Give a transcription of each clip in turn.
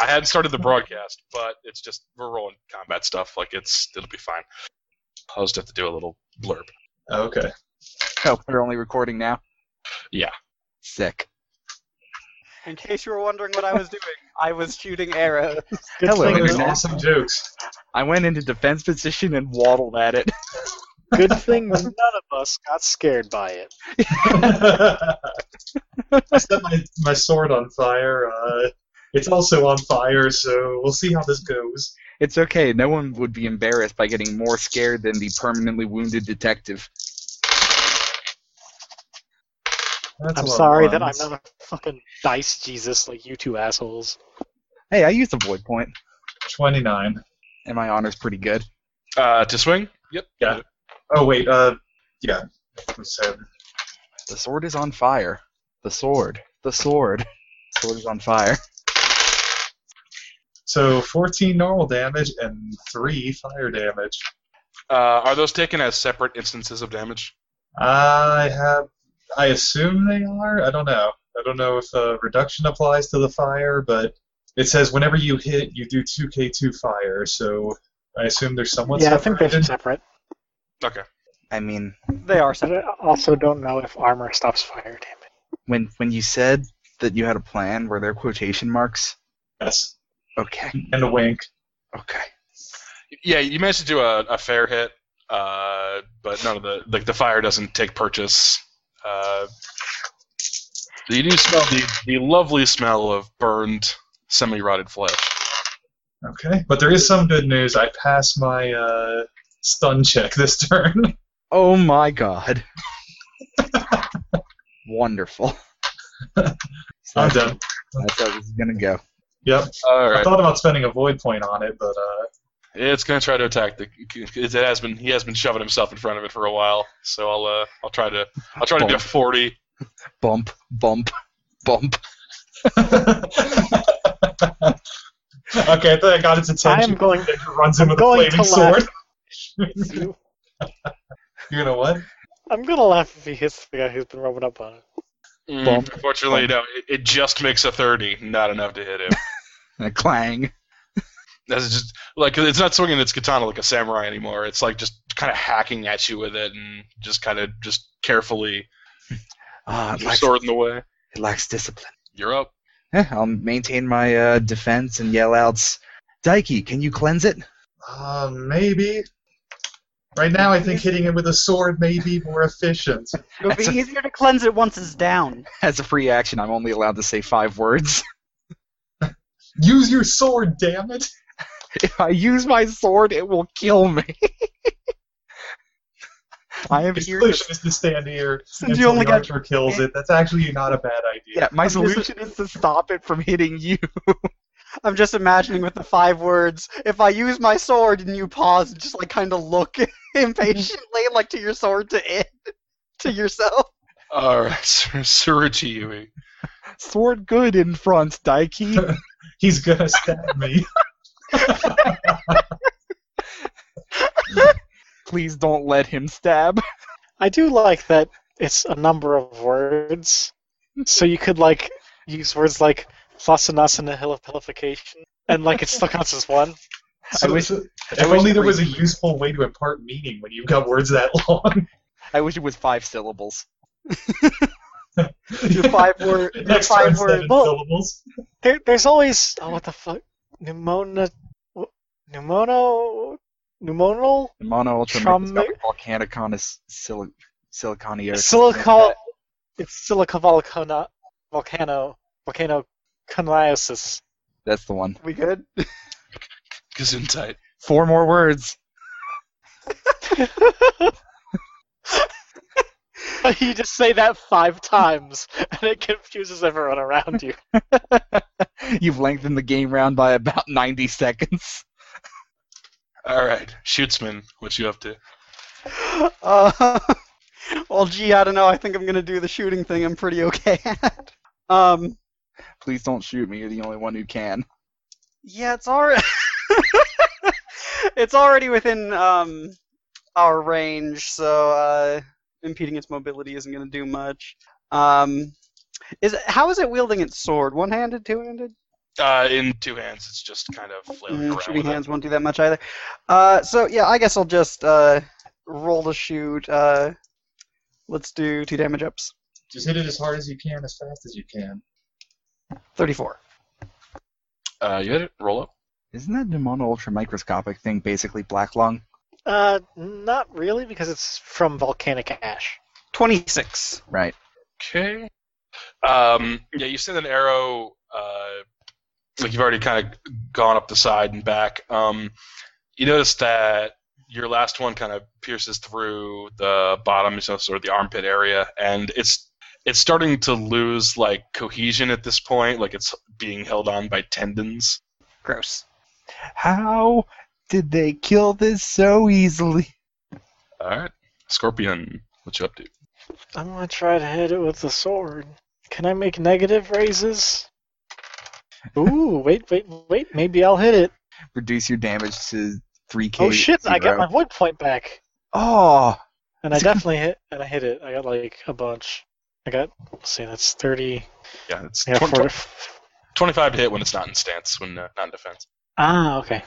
I hadn't started the broadcast, but it's just we're rolling combat stuff. Like it's it'll be fine. I'll just have to do a little blurb. Okay. Oh, we're only recording now. Yeah. Sick. In case you were wondering what I was doing, I was shooting arrows. Good Hello, thing there's Matt. awesome jokes. I went into defense position and waddled at it. Good thing none of us got scared by it. I set my, my sword on fire. Uh, it's also on fire, so we'll see how this goes. It's okay. No one would be embarrassed by getting more scared than the permanently wounded detective. That's I'm one sorry of that I'm ones. not a fucking dice Jesus like you two assholes. Hey, I used a void point, 29. and my honor's pretty good. Uh, to swing. Yep. Yeah. Oh, wait. Uh, yeah. So, The sword is on fire. The sword. The sword. The sword is on fire. so 14 normal damage and 3 fire damage. Uh, are those taken as separate instances of damage? I have. I assume they are. I don't know. I don't know if uh, reduction applies to the fire, but it says whenever you hit, you do 2k2 fire. So I assume there's someone. yeah, I think they're separated. separate. Okay. I mean, They are But separate. I also don't know if armor stops fire damage. when when you said that you had a plan, were there quotation marks? Yes. Okay. And a wink. Okay. Yeah, you managed to do a, a fair hit, uh, but none of the like the fire doesn't take purchase. Uh, you do smell the, the lovely smell of burned, semi-rotted flesh. Okay. But there is some good news. I passed my uh, stun check this turn. Oh my god. Wonderful. I'm done. That's how this is gonna go. Yep. All I right, thought about spending a void point on it, but uh, it's gonna try to attack the. It has been he has been shoving himself in front of it for a while, so I'll uh, I'll try to I'll try to do a forty. Bump, bump, bump. okay, I think I got its I attention. am going It runs in I'm with a going flaming to laugh. sword. You're gonna what? I'm gonna laugh if he hits the guy who's been rubbing up on it. Mm, Bump. Unfortunately, no, it, it just makes a thirty, not enough to hit him. And a clang. That's just like it's not swinging its katana like a samurai anymore. It's like just kind of hacking at you with it and just kind of just carefully Ah, it your lacks, sword in the way. it lacks discipline. You're up. Eh, I'll maintain my uh, defense and yell outs. Daiki, can you cleanse it? Uh, maybe. Right now, I think hitting it with a sword may be more efficient. It would be That's a- easier to cleanse it once it's down. As a free action, I'm only allowed to say five words. Use your sword, damn it! If I use my sword, it will kill me. I am The here. To, solution is to stand here Since you until only the got archer kills it. That's actually not a bad idea. yeah, my I'm just- solution is to stop it from hitting you. I'm just imagining with the five words, if I use my sword and you pause and just like kind of look impatiently like to your sword to it to yourself. All right, Suruchi Yui. Sword good in front, Daiki. He's gonna stab me. Please don't let him stab. I do like that it's a number of words, so you could like use words like "flasanas" and the hill of pelification, and like it still counts as one. So- wish- so- I if wish only there every- was a useful way to impart meaning when you've got words that long. I wish it was five syllables. Your five word, your Next turn, five seven word. syllables. There, there's always oh what the fuck pneumona, wh- pneumono, pneumonal, Mono Ultra Trum- Mega Volcanicon is sil- siliconio. silica, it's silica volcano, volcano, volcano coniosis. That's the one. We good? Gesundheit. Four more words. you just say that five times, and it confuses everyone around you. You've lengthened the game round by about 90 seconds. All right, Shootsman, what you up to? Uh, well, gee, I don't know. I think I'm gonna do the shooting thing. I'm pretty okay at. Um, Please don't shoot me. You're the only one who can. yeah, it's already it's already within um our range, so uh, impeding its mobility isn't gonna do much. Um, is how is it wielding its sword? One-handed, two-handed? Uh, in two hands, it's just kind of flailing Mm, around. shooting with it. hands won't do that much either. Uh, so yeah, I guess I'll just uh, roll to shoot. Uh, let's do two damage ups. Just hit it as hard as you can, as fast as you can. Thirty-four. Uh, you hit it. Roll up. Isn't that pneumono ultramicroscopic thing basically black lung? Uh, not really, because it's from volcanic ash. Twenty-six. Right. Okay. Um, yeah, you send an arrow. Uh, like you've already kind of gone up the side and back. Um, you notice that your last one kind of pierces through the bottom, so sort of the armpit area, and it's it's starting to lose like cohesion at this point. Like it's being held on by tendons. Gross. How did they kill this so easily? All right, Scorpion, what you up to? I'm gonna try to hit it with the sword. Can I make negative raises? Ooh, wait, wait, wait. Maybe I'll hit it. Reduce your damage to 3k. oh shit! I got zero. my void point back, Oh, and I definitely hit. And I hit it. I got like a bunch. I got. Let's see, that's thirty. Yeah, it's I got 20 40, 25 to hit when it's not in stance, when uh, not in defense. Ah, okay.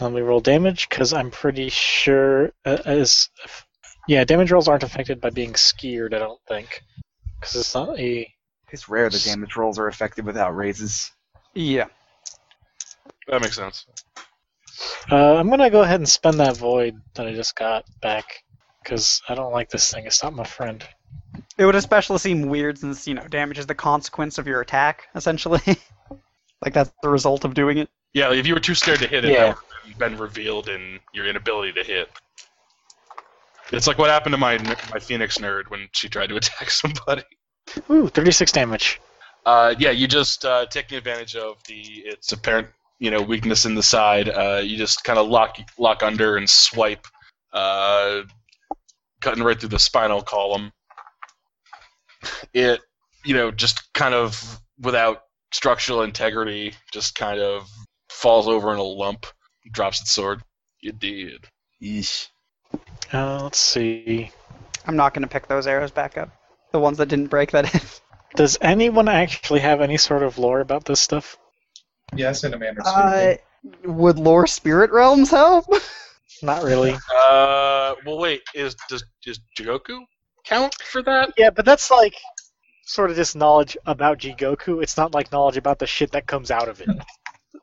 Let me roll damage because I'm pretty sure uh, as yeah, damage rolls aren't affected by being skeered. I don't think because it's not a it's rare the damage rolls are affected without raises. Yeah. That makes sense. Uh, I'm gonna go ahead and spend that void that I just got back because I don't like this thing. It's not my friend. It would especially seem weird since you know damage is the consequence of your attack, essentially. like that's the result of doing it. Yeah, like if you were too scared to hit it, Yeah. that would have been revealed in your inability to hit. It's like what happened to my my Phoenix nerd when she tried to attack somebody. Ooh, 36 damage. Uh, yeah, you just uh, taking advantage of the its apparent you know weakness in the side. Uh, you just kind of lock lock under and swipe, uh, cutting right through the spinal column. It you know just kind of without structural integrity, just kind of falls over in a lump, drops its sword. You did. Yeesh. Uh, let's see. I'm not gonna pick those arrows back up. The ones that didn't break that is. Does anyone actually have any sort of lore about this stuff? Yes, in a manner of Uh, speaking. would lore spirit realms help? Not really. Uh, well, wait, is does does Jigoku count for that? Yeah, but that's like sort of just knowledge about Jigoku. It's not like knowledge about the shit that comes out of it.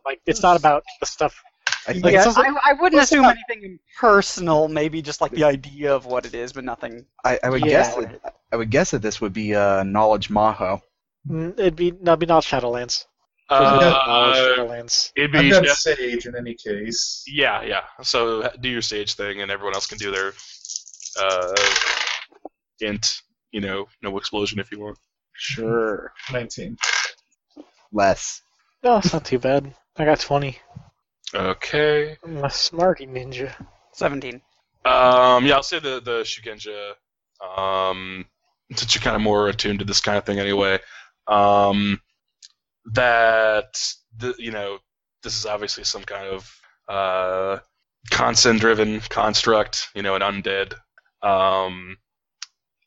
Like it's not about the stuff. I think Like, yeah, it's also- I, I wouldn't it's assume not- anything personal. Maybe just like the idea of what it is, but nothing. I, I would Yeah. guess that I would guess that this would be uh, knowledge maho. Mm, It'd be no, it'd be not Shadowlands. Uh, Shadowlands. it'd be I've done def- Sage in any case. Yeah, yeah. So do your sage thing, and everyone else can do their uh, int. You know, no explosion if you want. Sure. 19. Less. No, it's not too bad. I got 20. Okay. I'm a smarty ninja. Seventeen. Um, yeah, I'll say the the Shugenja, um, since you're kind of more attuned to this kind of thing anyway. Um, that the, you know, this is obviously some kind of uh, consent-driven construct. You know, an undead. Um,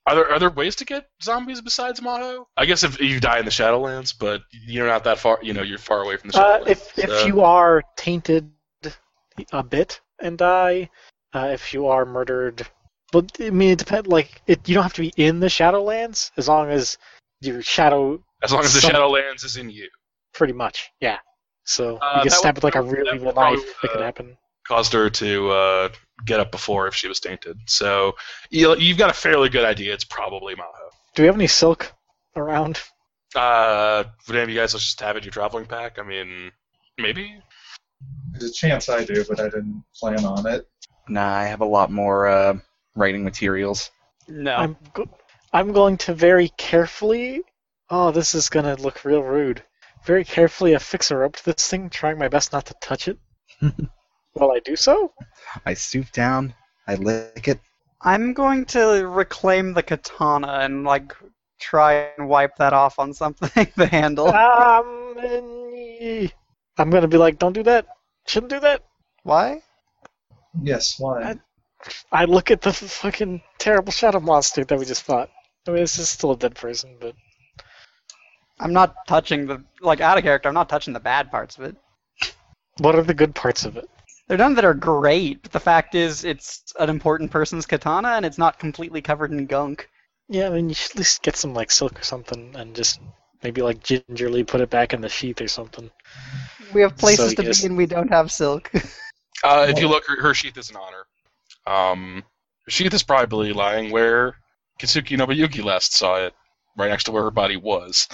are there are there ways to get zombies besides Maho? I guess if you die in the Shadowlands, but you're not that far. You know, you're far away from the Uh, Shadowlands. if if Uh, you are tainted a bit and die, uh, if you are murdered, but I mean it depends. Like it, you don't have to be in the Shadowlands as long as your shadow, as long as the some- Shadowlands is in you, pretty much, yeah. So Uh, you get that stabbed would- with like a that really evil would probably, knife. that could uh, happen. caused her to uh, get up before if she was tainted. So you, you've got a fairly good idea. It's probably Maho. Do we have any silk around? Uh, would any of you guys just have it in your traveling pack? I mean, maybe. There's a chance I do, but I didn't plan on it. Nah, I have a lot more uh, writing materials. No. I'm go- I'm going to very carefully. Oh, this is gonna look real rude. Very carefully affix her up to this thing, trying my best not to touch it. While I do so, I stoop down. I lick it. I'm going to reclaim the katana and like try and wipe that off on something. the Oh. handle. um, eh, I'm gonna be like, don't do that. Shouldn't do that. Why? Yes, why? I- I look at the f- fucking terrible shadow monster that we just fought. I mean, it's just still a dead person, but I'm not touching the like out of character. I'm not touching the bad parts of it. What are the good parts of it? There are none that are great, but the fact is, it's an important person's katana, and it's not completely covered in gunk. Yeah, I mean, you should at least get some like silk or something, and just maybe like gingerly put it back in the sheath or something. We have places So, to yes. be, and we don't have silk. Uh, if you look, her, her sheath is an honor. Um, her sheath is probably lying where Katsuki Nobuyuki last saw it, right next to where her body was.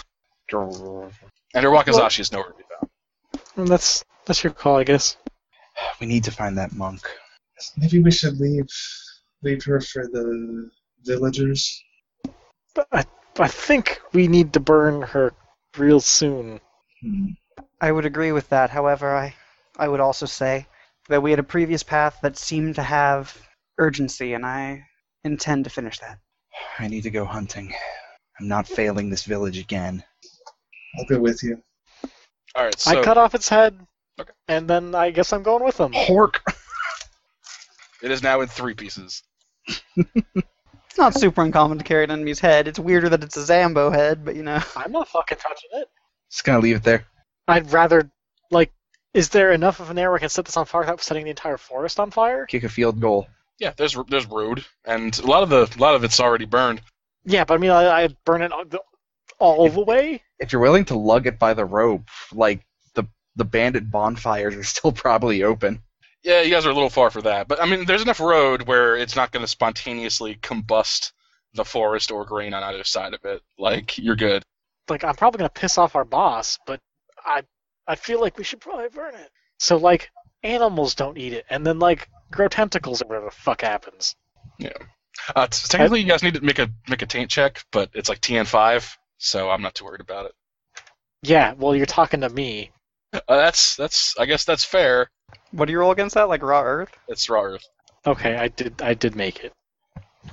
And her wakizashi is nowhere to be found. And that's that's your call, I guess. We need to find that monk. Maybe we should leave leave her for the villagers. But I I think we need to burn her real soon. Hmm. I would agree with that. However, I, I would also say that we had a previous path that seemed to have urgency, and I intend to finish that. I need to go hunting. I'm not failing this village again. I'll go with you. All right, so I cut off its head, Okay. and then I guess I'm going with them. Hork! it is now in three pieces. It's not super uncommon to carry an enemy's head. It's weirder that it's a Zambo head, but you know. I'm not fucking touching it. Just gonna leave it there. I'd rather like. Is there enough of an area where I can set this on fire without setting the entire forest on fire? Kick a field goal. Yeah, there's there's road, and a lot of the a lot of it's already burned. Yeah, but I mean, I, I burn it all, the- all the way. If you're willing to lug it by the rope, like the the bandit bonfires are still probably open. Yeah, you guys are a little far for that, but I mean, there's enough road where it's not going to spontaneously combust the forest or grain on either side of it. Like you're good. Like I'm probably gonna piss off our boss, but I I feel like we should probably burn it. So like animals don't eat it, and then like grow tentacles or whatever the fuck happens. Uh, t- technically, you guys need to make a make a taint check, but it's like TN five, so I'm not too worried about it. Yeah, well you're talking to me. Uh, that's that's I guess that's fair. What do you roll against that? Like raw earth? It's raw earth. Okay, I did I did make it.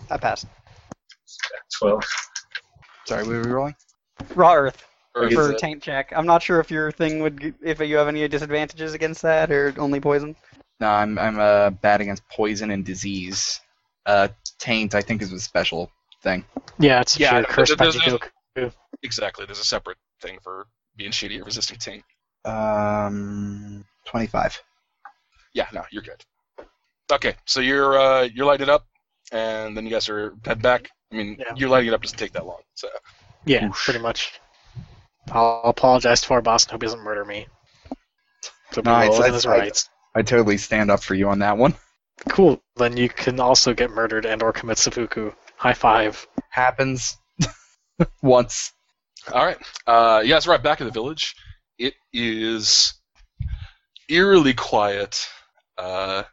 I passed. Twelve. Sorry, what were we rolling? Raw earth Earth for is it. taint check. I'm not sure if your thing would, g- if you have any disadvantages against that or only poison. No, I'm I'm uh, bad against poison and disease. Uh, taint, I think, is a special thing. Yeah, it's Yeah, yeah, I- cursed by there's- there's- Goku. exactly. There's a separate thing for being shitty at resisting taint. Um, twenty-five. Yeah, no, you're good. Okay, so you're uh, you're lighting it up, and then you guys are head back. I mean, Yeah. you lighting it up doesn't take that long. So Yeah, Oosh. pretty much. I'll apologize to our boss and hope he doesn't murder me. So Nice, nice, that's his right. rights. I totally stand up for you on that one. Cool. Then you can also get murdered and or commit seppuku. High five. Happens once. All right. Uh, you guys arrive back at the village. It is eerily quiet, uh,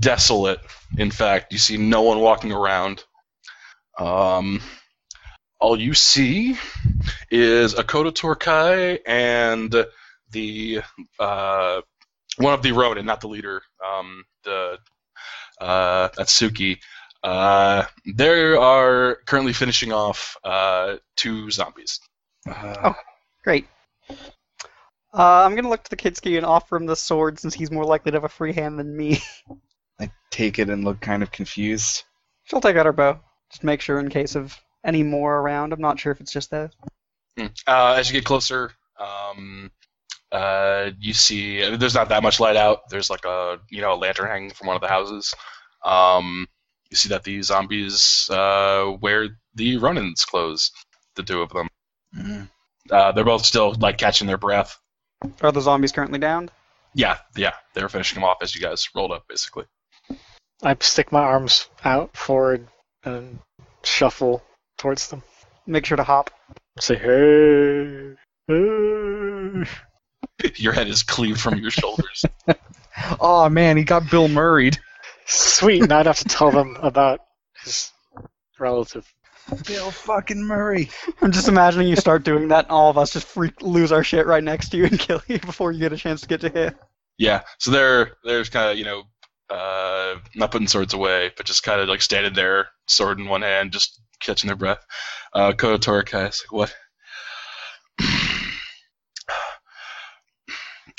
desolate. In fact, you see no one walking around. Um, all you see is Akoto Torkai and the uh, one of the Ronin, not the leader, um, the uh, Atsuki. Uh, they are currently finishing off uh, two zombies. Uh, Great. Uh, I'm gonna look to the Kitsuki and offer him the sword since he's more likely to have a free hand than me. I take it and look kind of confused. She'll take out her bow. Just make sure in case of any more around. I'm not sure if it's just those. Mm. Uh, as you get closer, um, uh, you see I mean, there's not that much light out. There's like a you know a lantern hanging from one of the houses. Um, you see that the zombies uh, wear the Ronin's clothes. The two of them. Mm. Uh, they're both still like catching their breath. Are the zombies currently downed? Yeah, yeah. They were finishing them off as you guys rolled up, basically. I stick my arms out forward and shuffle towards them. Make sure to hop. Say hey. hey." Your head is cleaved from your shoulders. Oh man, he got Bill Murrayed. Sweet. Now I'd have to tell them about his relative. Bill fucking Murray. I'm just imagining you start doing that, and all of us just freak lose our shit right next to you and kill you before you get a chance to get to hit. Yeah, so they're they're kind of you know uh, not putting swords away, but just kind of like standing there, sword in one hand, just catching their breath. Uh, Kodo Torakai is like, "What?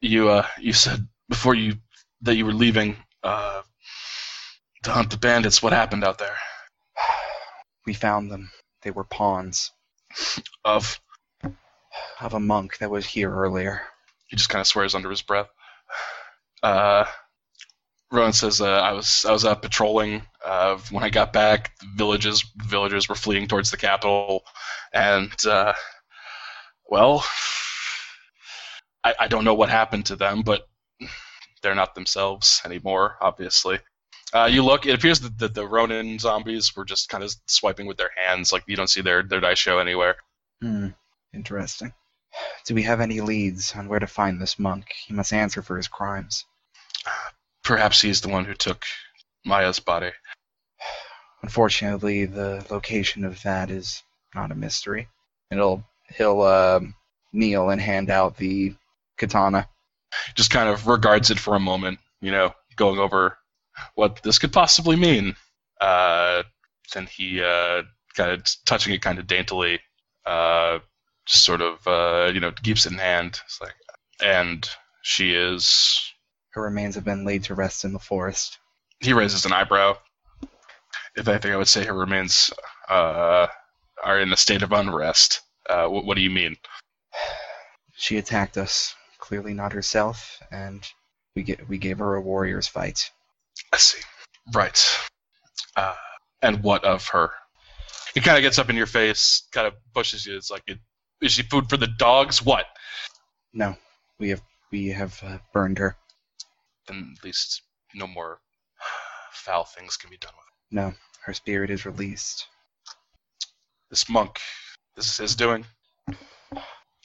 you uh, you said before you that you were leaving uh, to hunt the bandits. What happened out there? We found them. They were pawns. Of of a monk that was here earlier. he just kind of swears under his breath. Uh, Rowan says, uh, "I was I was out patrolling. Uh, when I got back, the villages villagers were fleeing towards the capital, and uh, well, I, I don't know what happened to them, but they're not themselves anymore. Obviously, uh, you look. It appears that the, the Ronin zombies were just kind of swiping with their hands. Like you don't see their their dice show anywhere. Hmm. Interesting. Do we have any leads on where to find this monk? He must answer for his crimes. Perhaps he's the one who took Maya's body." Unfortunately, the location of that is not a mystery. It'll he'll um, kneel and hand out the katana. just kind of regards it for a moment, you know, going over what this could possibly mean. Uh, then he uh, kind of touching it kind of daintily, uh, just sort of uh, you know keeps it in hand. It's like, and she is. Her remains have been laid to rest in the forest. He raises an eyebrow. If anything, I would say her remains uh, are in a state of unrest. Uh, what, what do you mean? She attacked us, clearly not herself, and we get we gave her a warrior's fight. I see. Right. Uh, and what of her? It kind of gets up in your face, kind of pushes you. It's like, it, is she food for the dogs? What? No, we have we have uh, burned her. Then at least no more foul things can be done with it. No, her spirit is released. This monk, this is his doing.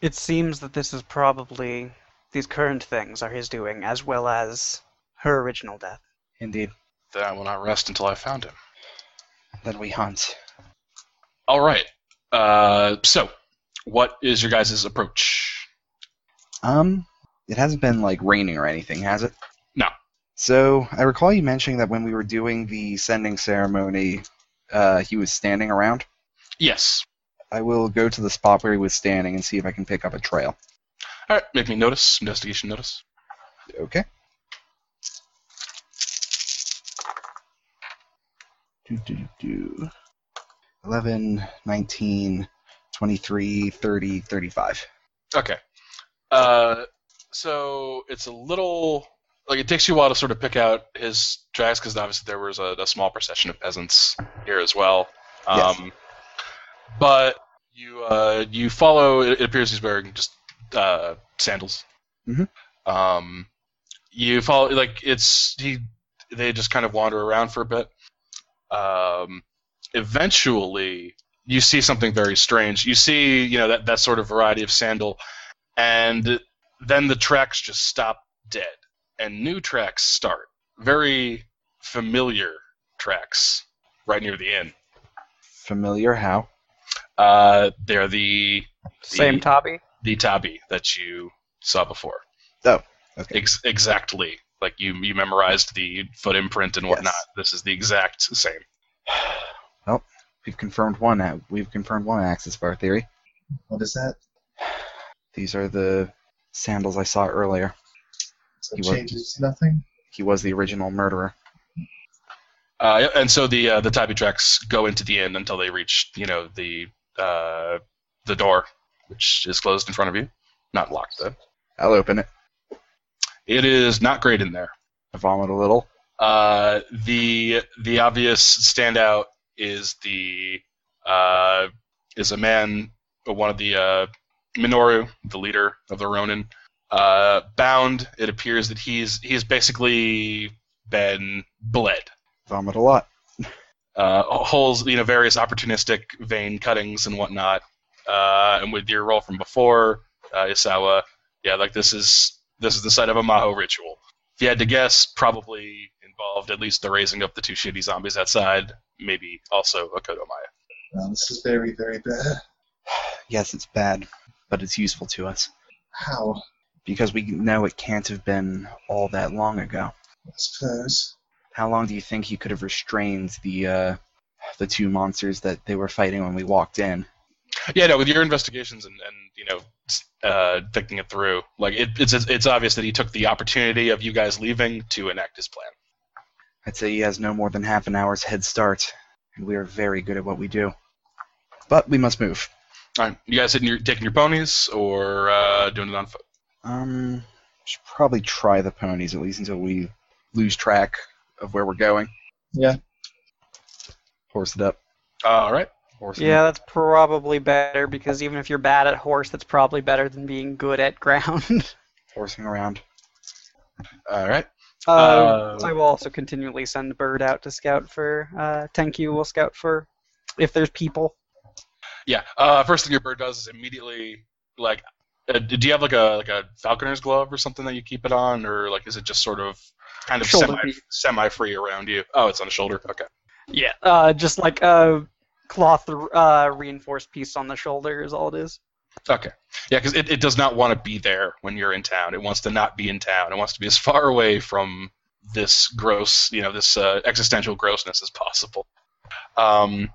It seems that this is probably these current things are his doing, as well as her original death. Indeed. Then I will not rest until I have found him. Then we hunt. All right. Uh, so, what is your guys' approach? Um, it hasn't been like raining or anything, has it? No. So I recall you mentioning that when we were doing the sending ceremony, uh, he was standing around. Yes. I will go to the spot where he was standing and see if I can pick up a trail. All right. Make me notice. Investigation notice. Okay. Do, do, do, do. 11, 19, 23, 30, 35. Okay. Uh, so it's a little like it takes you a while to sort of pick out his tracks because obviously there was a, a small procession of peasants here as well. Yes. Um, But you uh, you follow. It, it appears he's wearing just uh, sandals. Mhm. Um, you follow like it's he. They just kind of wander around for a bit. Um, eventually, you see something very strange. You see, you know, that, that sort of variety of sandal, and then the tracks just stop dead, and new tracks start. Very familiar tracks right near the inn. Familiar how? Uh, they're the Same Tobby? the tabi that you saw before. Oh, Okay. Ex- exactly. Like you, you memorized the foot imprint and whatnot. Yes. This is the exact same. We've confirmed one. a- We've confirmed one axis of our theory. What is that? These are the sandals I saw earlier. So He it was- changes nothing. He was the original murderer. Uh, yeah, and so the uh, the tabi tracks go into the inn until they reach you know the uh, the door, which is closed in front of you, not locked though. I'll open it. It is not great in there. I vomit a little. Uh, the the obvious standout is the uh, is a man, one of the uh, Minoru, the leader of the Ronin, uh, bound. It appears that he's he's basically been bled. Vomit a lot. uh, holes, you know, various opportunistic vein cuttings and whatnot. Uh, and with your role from before, uh, Isawa, yeah, like this is this is the site of a Maho ritual. If you had to guess, probably involved at least the raising of the two shitty zombies outside, maybe also a Kodomaya. Well, this is very, very bad. Yes, it's bad, but it's useful to us How? because we know it can't have been all that long ago. I suppose. How long do you think he could have restrained the uh, the two monsters that they were fighting when we walked in? Yeah, no, with your investigations and, and you know, s- uh, thinking it through, like it, it's it's obvious that he took the opportunity of you guys leaving to enact his plan. I'd say he has no more than half an hour's head start, and we are very good at what we do. But we must move. All right, you guys hitting your taking your ponies or uh, doing it on foot? Um, should probably try the ponies at least until we lose track of where we're going. Yeah. Horse it up. All right. Horse it Yeah, up. that's probably better because even if you're bad at horse, that's probably better than being good at ground. Horsing around. All right. Uh, Uh, I will also continually send Bird out to scout for. Uh, Tenku will scout for if there's people. Yeah. Uh, first thing your bird does is immediately like. Uh, do you have like a like a falconer's glove or something that you keep it on, or like is it just sort of kind of Shoulder semi piece. semi free around you? Oh, it's on a shoulder. Okay. Yeah. Uh, just like a cloth uh, reinforced piece on the shoulder is all it is. Okay. Yeah, because it, it does not want to be there when you're in town. It wants to not be in town. It wants to be as far away from this gross, you know, this uh, existential grossness as possible. Um,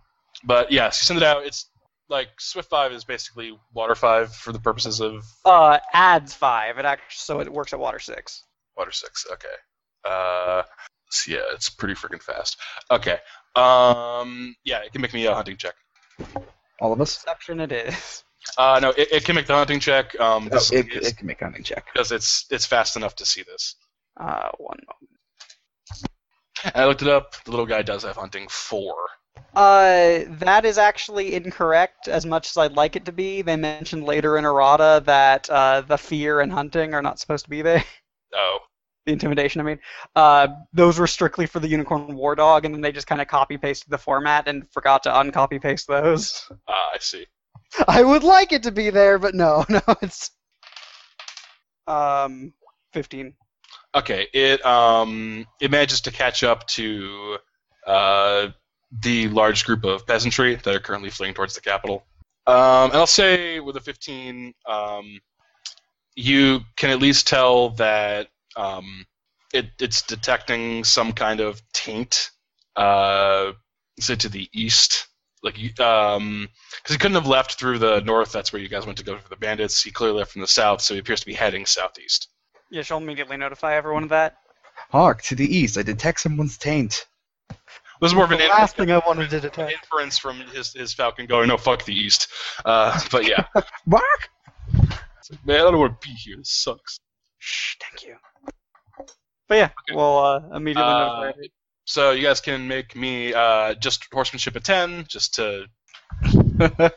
but yeah, so you send it out. It's like Swift Five is basically Water Five for the purposes of Uh, adds five. It actually so it works at water six. Water Six. Okay. Uh, so yeah, it's pretty freaking fast. Okay. Um, yeah, it can make me a hunting check. All of us. Exception it is. Uh, no, it, it can make the hunting check. Um, Oh, this it, is- it can make a hunting check. because it's it's fast enough to see this. Uh, one. moment. And I looked it up. The little guy does have hunting four. Uh, that is actually incorrect. As much as I'd like it to be, they mentioned later in errata that uh, the fear and hunting are not supposed to be there. Oh, the intimidation, I mean. Uh, those were strictly for the unicorn war dog, and then they just kind of copy pasted the format and forgot to uncopy paste those. uh, I see. I would like it to be there, but no, no, it's um, fifteen. Okay, it um it manages to catch up to uh the large group of peasantry that are currently fleeing towards the capital. Um, and I'll say with a 15, um, you can at least tell that um, it, it's detecting some kind of taint, uh, say to the east. Like, you- um, because he couldn't have left through the north. That's where you guys went to go for the bandits. He clearly left from the south, so he appears to be heading southeast. Yeah, she'll immediately notify everyone of that. Hark to the east! I detect someone's taint. This is more of The an last thing I wanted to detect. inference from his, his Falcon going, no, fuck the East. Uh, but yeah. Bark! It's like, Man, I don't want to be here. This sucks. Shh, thank you. But yeah, we'll uh, immediately Uh, notify. so you guys can make me uh, just horsemanship a 10, just to know.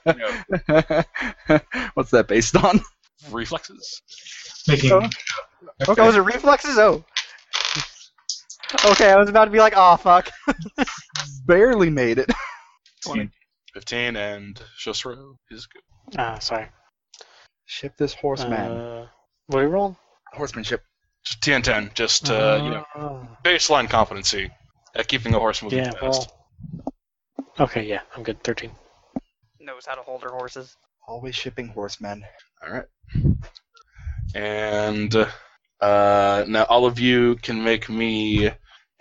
What's that based on? reflexes. Making Oh. Okay. was it reflexes? Oh. Okay, I was about to be like, oh fuck. Hmm. Barely made it. 15, 15 and Shosro is good. Ah, sorry. Ship this horseman. Uh, what do you roll? Horsemanship. Just TN 10, just, uh, Uh-huh. you know, baseline competency at keeping a horse moving yeah, fast. well. Okay, yeah, I'm good. 13. Knows how to hold her horses. Always shipping horsemen. All right. And uh, now all of you can make me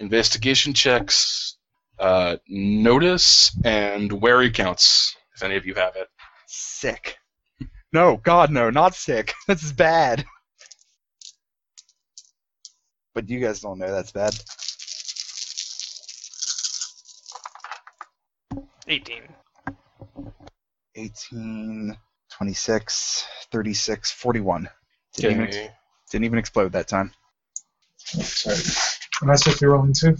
investigation checks, uh, notice, and wary counts, if any of you have it. Sick. No, God, no, not sick. This is bad. But you guys don't know that's bad. 18. 18, 26, 36, 41. Didn't, even, ex- didn't even explode that time. Sorry. Am I supposed to be rolling too?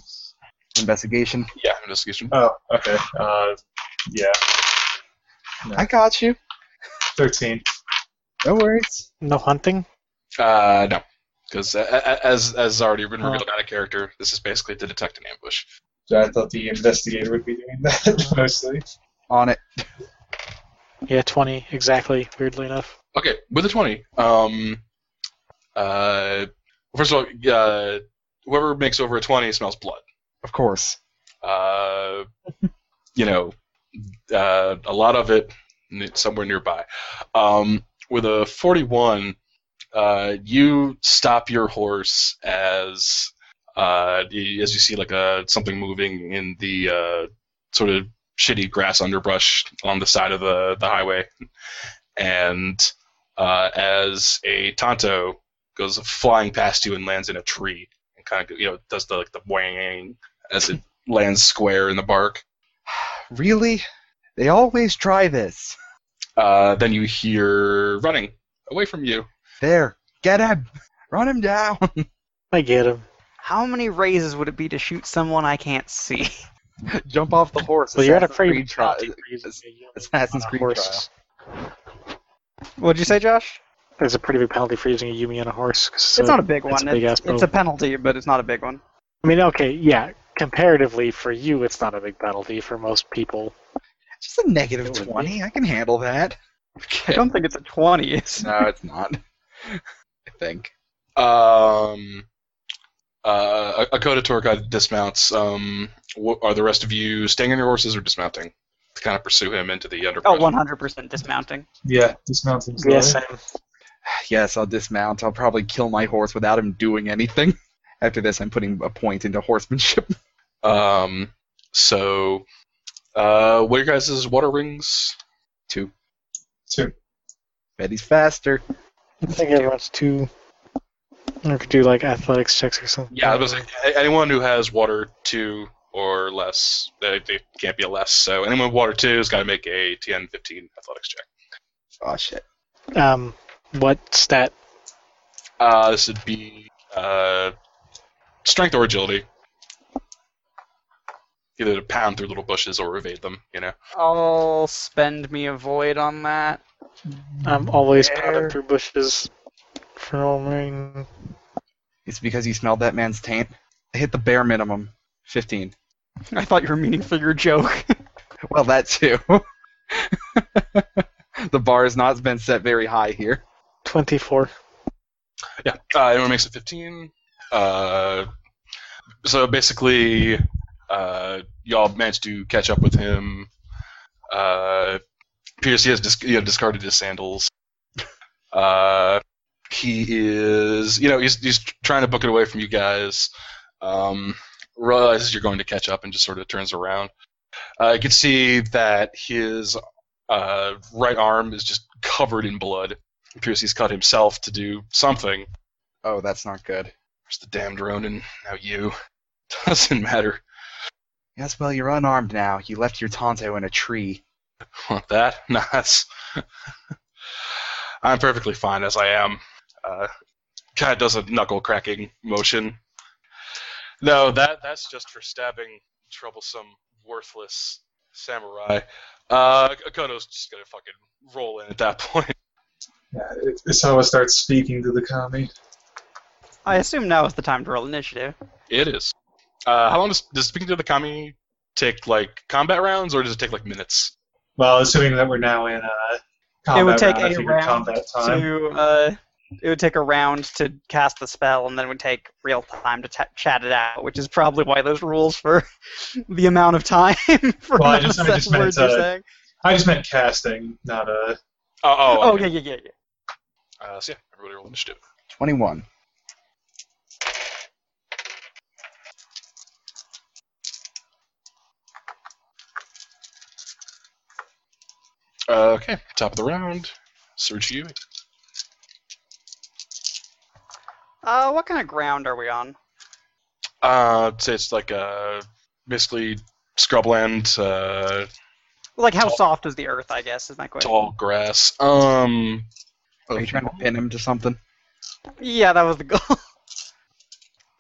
Investigation. Yeah, investigation. Oh, okay. Uh, yeah, I got you. thirteen. No worries. No hunting? Uh, no, because as as already been revealed out of character, this is basically to detect an ambush. I thought the investigator would be doing that mostly. On it. Yeah, 20, exactly, weirdly enough. Okay, with a twenty. Um, uh, first of all, uh, whoever makes over a twenty smells blood. Of course. uh, you know, uh, a lot of it n- somewhere nearby. Um, with a 41, uh, you stop your horse as uh, y- as you see like a something moving in the uh, sort of shitty grass underbrush on the side of the, the highway, and uh, as a tonto goes flying past you and lands in a tree and kind of you know does the like the wang as it lands square in the bark. Really? They always try this. Uh, then you hear running away from you. There, get him, run him down. I get him. How many raises would it be to shoot someone I can't see? Jump off the horse. Well, you're at a Assassin's free Creed trial. Assassin's Creed What'd you say, Josh? There's a pretty big penalty for using a Yumi on a horse. 'cause it's not a big it's one. a big it's, ass it's a penalty, but it's not a big one. I mean, okay, yeah. Comparatively, for you, it's not a big penalty. For most people, Just a negative It would be. twenty. I can handle that. I don't think it's a twenty. It's No, it's not. I think. Um, uh, Akota Torka dismounts. Um, wh- are the rest of you staying on your horses or dismounting to kind of pursue him into the underbrush? oh, 100 percent dismounting. Yeah, dismounting. yeah, same. Yes, I'll dismount. I'll probably kill my horse without him doing anything. After this, I'm putting a point into horsemanship. Um, so, uh, what are your guys' water rings? Two. Two. Betty's faster. I think everyone's too. I could do like athletics checks or something. Yeah, I was like, a- anyone who has water two or less, they, they can't be a less. So anyone with water two has got to make a TN 15 athletics check. Oh shit. Um, what stat? Uh, this would be uh, strength or agility. Either to pound through little bushes or evade them, you know. I'll spend me a void on that. I'm always There. pounding through bushes. For all my- It's because you smelled that man's taint. I hit the bare minimum. Fifteen. I thought you were meaning for your joke. Well, that too. the bar has not been set very high here. 24. Yeah, uh, anyone makes it 15. Uh, so basically, uh, y'all managed to catch up with him. Uh, Pierce, he has dis- you know, discarded his sandals. Uh, he is, you know, he's, he's trying to book it away from you guys. Um, realizes you're going to catch up and just sort of turns around. Uh, you can see that his uh, right arm is just covered in blood. Piercy's cut himself to do something. Oh, that's not good. There's the damned Ronin, now you. Doesn't matter. Yes, well, you're unarmed now. You left your Tonto in a tree. Want that? Nah, that's. I'm perfectly fine as I am. Uh, kind of does a knuckle cracking motion. No, that that's just for stabbing troublesome, worthless samurai. Uh, Akoto's just gonna fucking roll in at that point. Yeah, it- it's how I start speaking to the kami. I assume now is the time to roll initiative. It is. Uh, how long does, does speaking to the kami take? Like combat rounds, or does it take like minutes? Well, assuming that we're now in uh, combat it would take round, I a figured round combat time. to. Uh, it would take a round to cast the spell, and then it would take real time to t- chat it out, which is probably why there's rules for the amount of time for Well, I not just- to I say just meant, words you're uh, saying. I just meant casting, not uh Oh, oh, Oh, okay. yeah, yeah, yeah. yeah. Uh, so yeah, everybody roll initiative. 21. Uh, okay, top of the round, Serge Yui. Uh, what kind of ground are we on? Uh, I'd say it's like uh, basically scrubland, uh, Like, how Tall. soft is the earth, I guess, is my question. tall grass. Um, Are you trying to pin him to something? Yeah, that was the goal.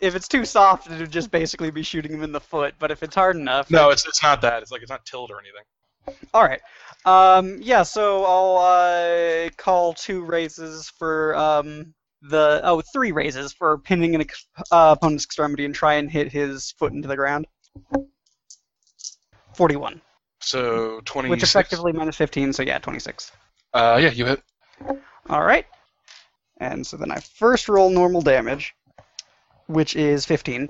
if it's too soft, it would just basically be shooting him in the foot. But if it's hard enough, no, it's it's not that. It's like it's not tilled or anything. all right. Um, yeah, so I'll uh, call two raises for um, the oh three raises for pinning an ex- uh, opponent's extremity and try and hit his foot into the ground. Forty-one, So twenty. which effectively minus fifteen, so yeah, twenty-six. Uh, yeah, you hit. All right. And so then I first roll normal damage, which is 15.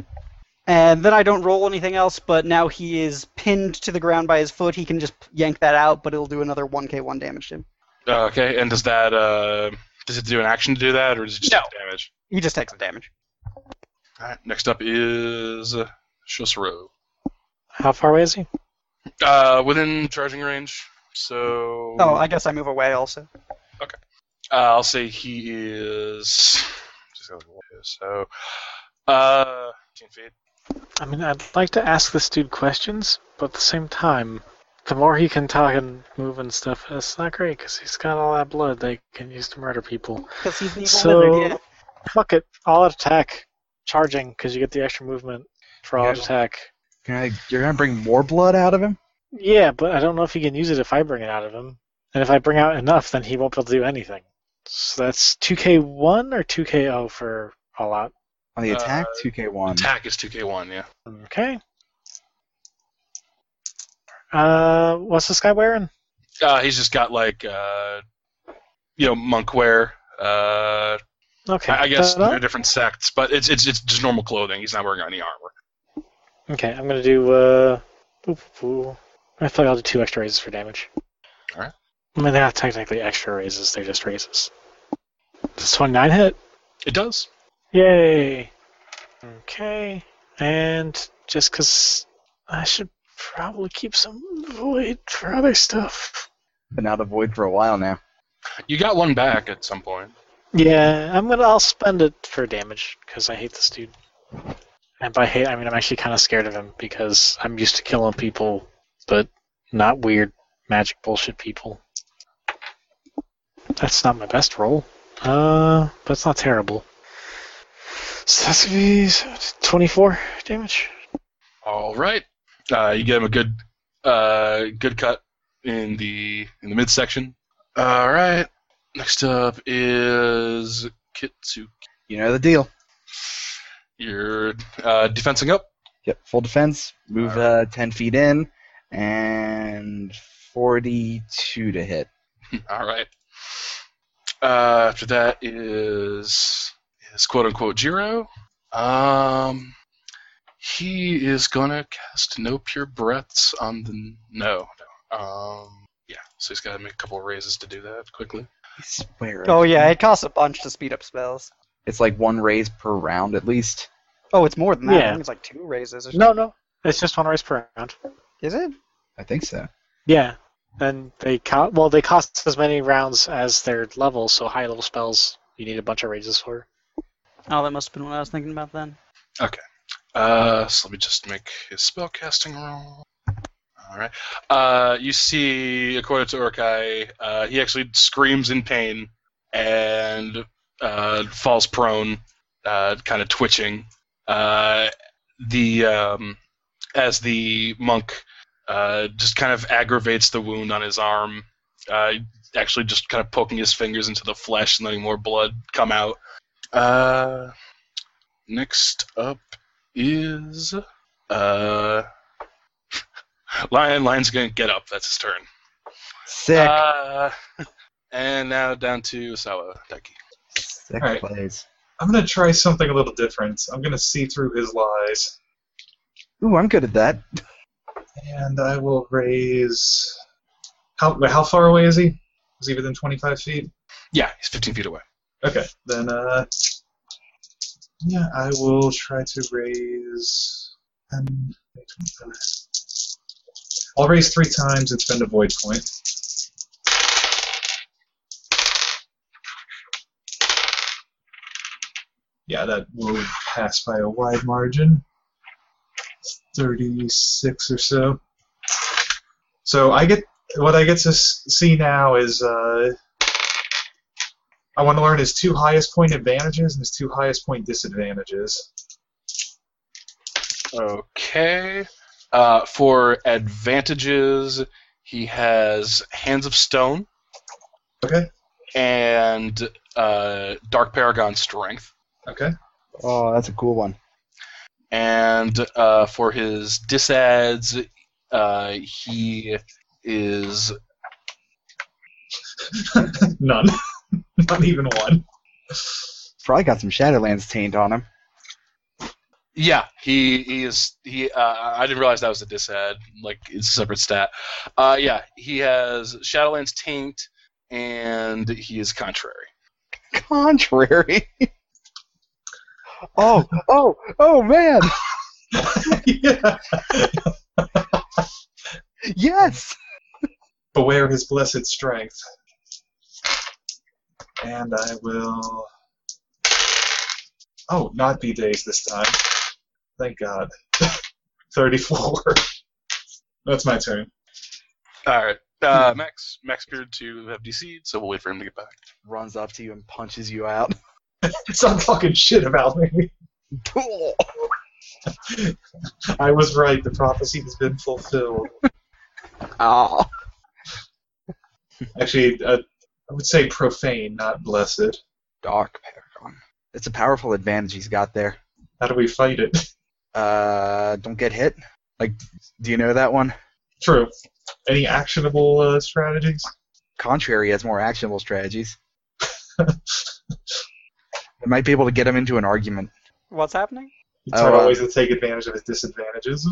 And then I don't roll anything else, but now he is pinned to the ground by his foot. He can just yank that out, but it'll do another 1k1 damage to him. Uh, okay, and does that uh, does it do an action to do that, or does it just No. take damage? He just takes the damage. All right. Next up is uh, Shosuro. How far away is he? Uh, within charging range. So. Oh, I guess I move away also. Uh, I'll say he is. just gotta roll here, So, uh, 15 feet. I mean, I'd like to ask this dude questions, but at the same time, the more he can talk and move and stuff, it's not great because he's got all that blood they can use to murder people. Because he's the evil So, wizard, yeah. fuck it. I'll attack. Charging, because you get the extra movement for all Yeah. attack. You're gonna, you're gonna bring more blood out of him? Yeah, but I don't know if he can use it if I bring it out of him. And if I bring out enough, then he won't be able to do anything. So that's 2k1 or 2k0 for all out. On the attack, Uh, 2k1. Attack is 2k1, yeah. Okay. Uh, what's this guy wearing? Uh, he's just got like, uh, you know, monk wear. Uh, Okay. I, I guess ta-da. they're different sects, but it's it's it's just normal clothing. He's not wearing any armor. Okay, I'm gonna do. Uh, boop, boop, boop. I feel like I'll do two extra raises for damage. Alright. I mean, they're not technically extra raises; they're just raises. Does 29 hit? It does. Yay! Okay, and just 'cause I should probably keep some void for other stuff. Been out of void for a while now. You got one back at some point. Yeah, I'm gonna. I'll spend it for damage because I hate this dude. And by hate, I mean I'm actually kind of scared of him because I'm used to killing people, but not weird magic bullshit people. That's not my best roll. Uh, but it's not terrible. So that's gonna be 24 damage. All right. Uh, you get him a good uh, good cut in the in the midsection. All right. Next up is Kitsu. You know the deal. You're uh, defensing up. Yep, full defense. Move uh, 10 feet in, and 42 to hit. All right. Uh, after that is is quote unquote Jiro. Um, he is gonna cast no pure breaths on the no. no. Um, yeah. So he's gotta make a couple of raises to do that quickly. I swear. Oh yeah, it costs a bunch to speed up spells. It's like one raise per round at least. Oh, it's more than that. I Yeah. think it's like two raises. Or No, no, it's just one raise per round. Is it? I think so. Yeah, and they co- well they cost as many rounds as their level, so high level spells you need a bunch of raises for. Oh, that must have been what I was thinking about then. Uh, so let me just make his spellcasting roll. All right. Uh, you see, according to Urkai, uh, he actually screams in pain and uh, falls prone, uh, kind of twitching. Uh, the um, as the monk uh, just kind of aggravates the wound on his arm, uh, actually just kind of poking his fingers into the flesh and letting more blood come out. Uh, next up is uh lion lion's gonna get up that's his turn Sick. Uh, and now down to Sawa Deki. Sick Alright. plays. I'm gonna try something a little different. I'm gonna see through his lies, Ooh, I'm good at that. and I will raise. How how far away is he? Is he within 25 feet? yeah he's 15 feet away Okay, then uh, yeah, I will try to raise. 10, 25. I'll raise three times and spend a void point. Yeah, that will pass by a wide margin. 36 or so. So I get what I get to s- see now is uh, I want to learn his two highest point advantages and his two highest point disadvantages. okay uh, for advantages he has hands of stone Okay. and uh, dark paragon strength Okay. Oh, that's a cool one. and uh, for his disads uh, he is None. Not even one. Probably got some Shadowlands taint on him. Yeah, he he is he. Uh, I didn't realize that was a disad. Like it's a separate stat. Uh, yeah, he has Shadowlands Taint, and he is contrary. Contrary. oh, oh, oh man. yeah. Yes. Beware his blessed strength. And I will. Oh, not be dazed this time. Thank God. 34. That's my turn. All right. Hmm. Uh, Max Max appeared to have DC'd, so we'll wait for him to get back. Runs up to you and punches you out. Stop talking shit about me. I was right. The prophecy has been fulfilled. Oh. Actually, uh, I would say profane, not blessed. Dark Paragon. It's a powerful advantage he's got there. How do we fight it? Uh, don't get hit. Like, do you know that one? True. Any actionable uh, strategies? Contrary has more actionable strategies. It might be able to get him into an argument. What's happening? It's Oh, not uh, always to take advantage of his disadvantages.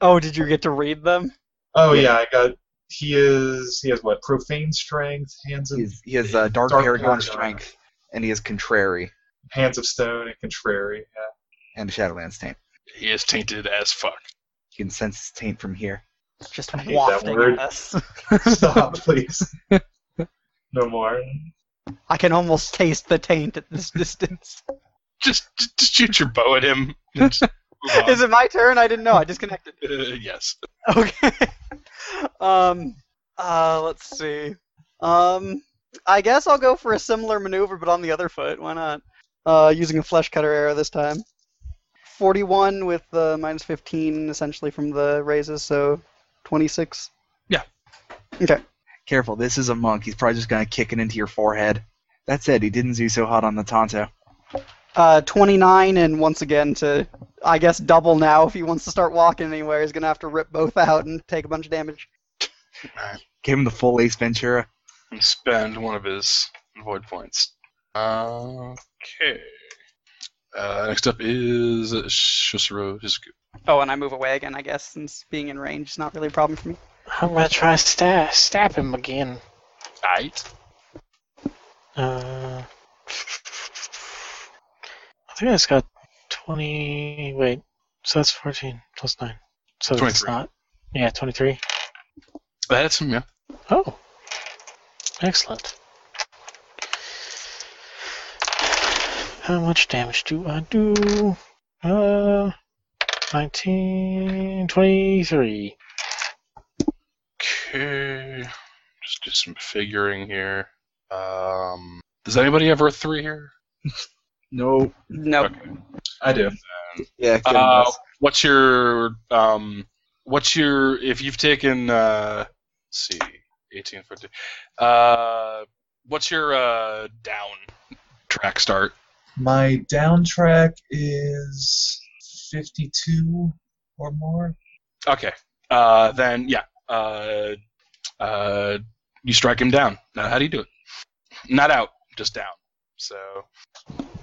Oh, did you get to read them? Oh yeah, I got. He is. He has what? Profane strength, hands of He has, he has uh, Dark, Dark Paragon, Paragon. strength, and he has Contrary hands of stone and contrary. Yeah. and a Shadowlands taint. He is tainted as fuck. He can sense his taint from here. Just hate that wafting word. at us. Stop, please. No more. I can almost taste the taint at this distance. Just just, just shoot your bow at him. and just move on. Is it my turn? I didn't know. I disconnected. Uh, yes. Okay. um. Uh. Let's see. Um. I guess I'll go for a similar maneuver, but on the other foot. Why not? Uh, using a flesh cutter arrow this time. Forty-one with uh, minus fifteen, essentially from the raises, so twenty-six. Careful, this is a monk. He's probably just going to kick it into your forehead. That's it. He didn't do so hot on the Tonto. Uh, twenty-nine, and once again to, I guess, double now. If he wants to start walking anywhere, he's gonna have to rip both out and take a bunch of damage. Give him the full Ace Ventura. And spend one of his void points. Okay. Uh, next up is Shosuro Hizuku. Oh, and I move away again, I guess, since being in range is not really a problem for me. I'm gonna try and sta- stab him again. Right. Uh, I think it's got 20. Wait, so that's 14 plus 9. So it's 23. not. Yeah, 23. That's him, yeah. Oh, excellent. How much damage do I do? Uh, 19, 23. Okay. Just do some figuring here. Um, does anybody have Earth 3 here? No. No. Okay. I do. Yeah, get him Uh, us. what's your um what's your if you've taken uh let's see 18 50 uh what's your uh down track start My down track is 52 or more. okay uh then yeah uh uh you strike him down now how do you do it not out just down so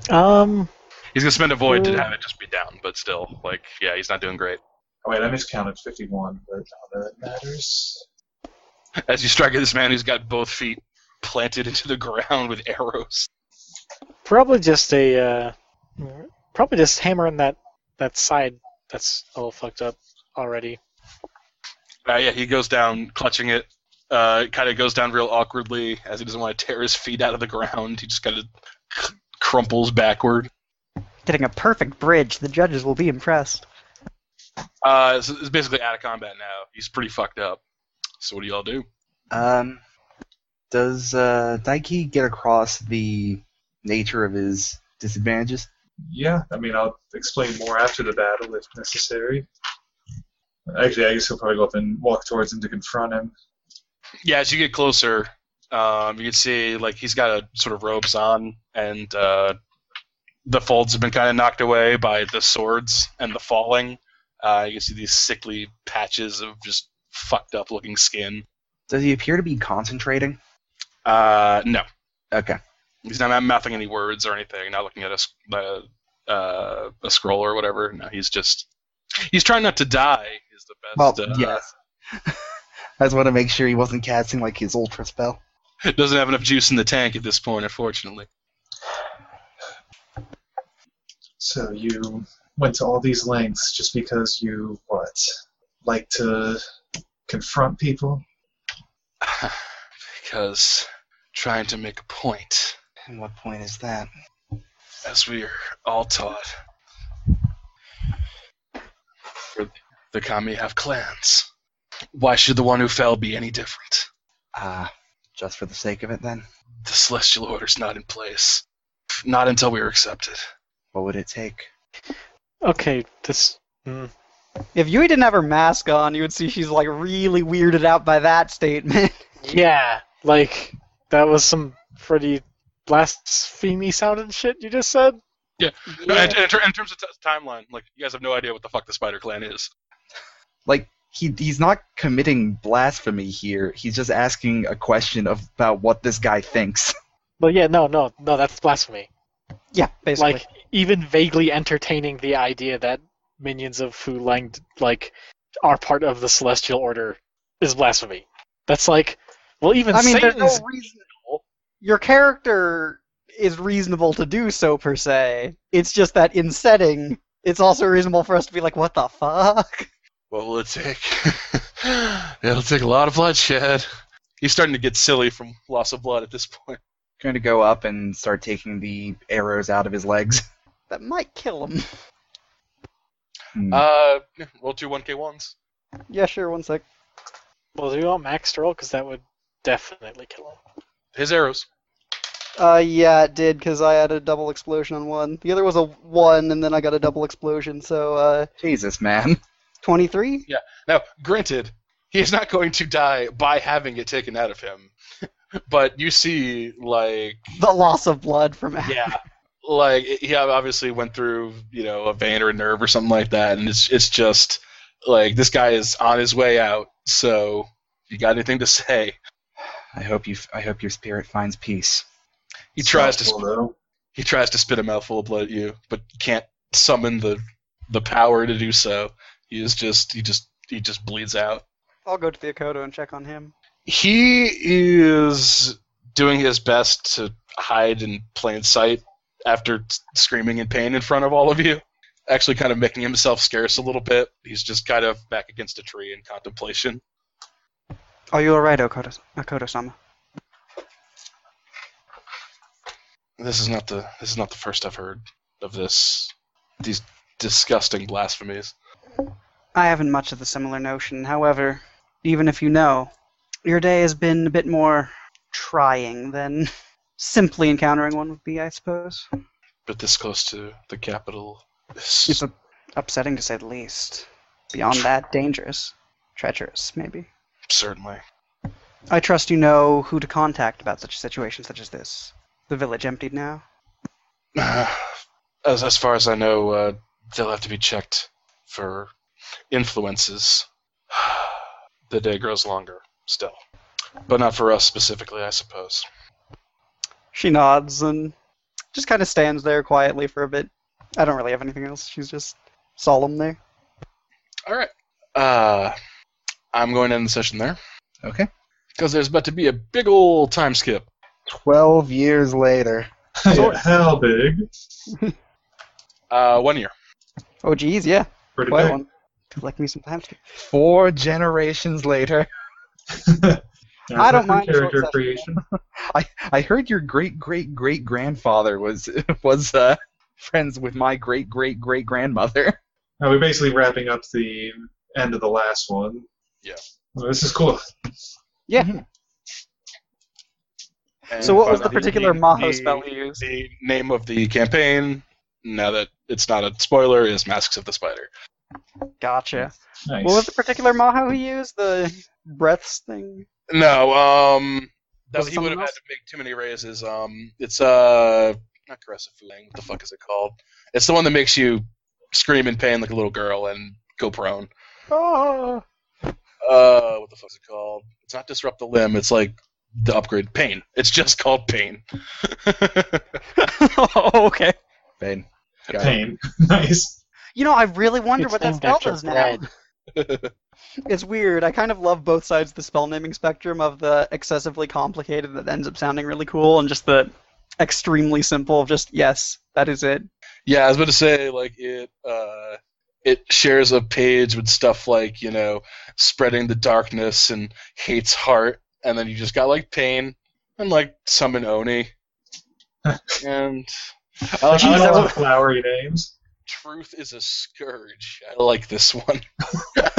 Um, he's gonna spend a void to have it just be down but still like yeah he's not doing great Oh, wait, I miscounted 51, but none of that matters. as you strike at this man who's got both feet planted into the ground with arrows probably just a, uh, probably just hammering that, that side that's all fucked up already. Uh, yeah, he goes down clutching it. Uh, kind of goes down real awkwardly as he doesn't want to tear his feet out of the ground. He just kind of c- crumples backward. Getting a perfect bridge. The judges will be impressed. Uh, so it's basically out of combat now. He's pretty fucked up. So what do y'all do? Um, does uh, Daiki get across the nature of his disadvantages? Yeah, I mean, I'll explain more after the battle if necessary. Actually, I guess he'll probably go up and walk towards him to confront him. Yeah, as you get closer, um, you can see like he's got a sort of robes on, and uh, the folds have been kind of knocked away by the swords and the falling. Uh, you can see these sickly patches of just fucked up looking skin. Does he appear to be concentrating? Uh, no. Okay. He's not not mouthing any words or anything. Not looking at a s- uh, uh, a scroll or whatever. No, he's just he's trying not to die. Is the Well, best. uh, yes. I just want to make sure he wasn't casting like his ultra spell. Doesn't have enough juice in the tank at this point, unfortunately. So you went to all these lengths just because you, what, like to confront people? because trying to make a point, And what point is that? as we are all taught, for the kami have clans. Why should the one who fell be any different? Uh, just for the sake of it, then? The celestial order's not in place. Not until we are accepted. What would it take? Okay, this. mm, If Yui didn't have her mask on, you would see she's like really weirded out by that statement. Yeah, like that was some pretty blasphemy sounding shit you just said. No, Uh, in, in, ter- in terms of t- timeline, like you guys have no idea what the fuck the Spider Clan is. Like, he, he's not committing blasphemy here. He's just asking a question of, about what this guy thinks. But yeah, no, no, no, that's blasphemy. yeah, basically. Like even vaguely entertaining the idea that minions of Fu Lang like are part of the Celestial Order is blasphemy. That's like, well, even I mean, there's Satan's no reason. Your character is reasonable to do so per se. It's just that in setting, it's also reasonable for us to be like, "What the fuck?" What will it take? It'll take a lot of bloodshed. He's starting to get silly from loss of blood at this point. Going to go up and start taking the arrows out of his legs. That might kill him. Hmm. Uh, yeah, roll two 1k1s. yeah, sure. One sec. Well, do you want max to roll? Because that would definitely kill him. His arrows. Uh, yeah, it did because I had a double explosion on one. The other was a one, and then I got a double explosion. So, uh, Jesus, man. twenty-three. Now, granted, he is not going to die by having it taken out of him, but you see, like, The loss of blood from yeah, like it- he obviously went through, you know, a vein or a nerve or something like that, and it's it's just like this guy is on his way out. So, you got anything to say? I hope you. f- I hope your spirit finds peace. He tries to. Helpful, though. he tries to spit a mouthful of blood at you, but can't summon the the power to do so. He is just he just he just bleeds out. I'll go to the Akodo and check on him. He is doing his best to hide in plain sight after t- screaming in pain in front of all of you. Actually, kind of making himself scarce a little bit. He's just kind of back against a tree in contemplation. Are you alright, Akodo? Akodo-sama. This is not the this is not the first I've heard of this these disgusting blasphemies. I haven't much of the similar notion. However, even if you know, your day has been a bit more trying than simply encountering one would be, I suppose. But this close to the capital. is- It's a- upsetting to say the least. Beyond that, dangerous. Treacherous, maybe. certainly. I trust you know who to contact about such a situation such as this. The village emptied now? Uh, as as far as I know, uh, they'll have to be checked for influences. the day grows longer, still, but not for us specifically, I suppose. She nods and just kind of stands there quietly for a bit. I don't really have anything else. She's just solemn there. All right. Uh, I'm going to end the session there Okay. because there's about to be a big ol' time skip. Twelve years later. Yeah, how big? Uh, one year. Oh, geez, yeah. Pretty Quite big. one. Collect me some time. Four generations later. There's I a don't free mind a short character session. creation. I I heard your great great great grandfather was was uh, friends with my great great great grandmother. Now we're basically wrapping up the end of the last one. Yeah. Well, this is cool. And So what was the finally, particular Maho spell he used? The name of the campaign, now that it's not a spoiler, is Masks of the Spider. Gotcha. Nice. What was the particular Maho he used? The breaths thing? No, um, that Was it he would someone have had else? to make too many raises. Um, it's uh, not Caressa Fulang. What the fuck is it called? It's the one that makes you scream in pain like a little girl and go prone. Oh, Uh, what the fuck is it called? It's not disrupt the limb. It's like the upgrade pain. It's just called pain. Oh, okay. Ben. Got it. pain? nice. You know, I really wonder It's what that named spell after does now. bread. It's weird. I kind of love both sides of the spell naming spectrum of the excessively complicated that ends up sounding really cool and just the extremely simple of just yes, that is it. Yeah, I was about to say like it uh it shares a page with stuff like, you know, spreading the darkness and hates heart and then you just got like pain and like summon Oni. and I like- I Like, Uh, like- all flowery names. truth is a scourge. I like this one.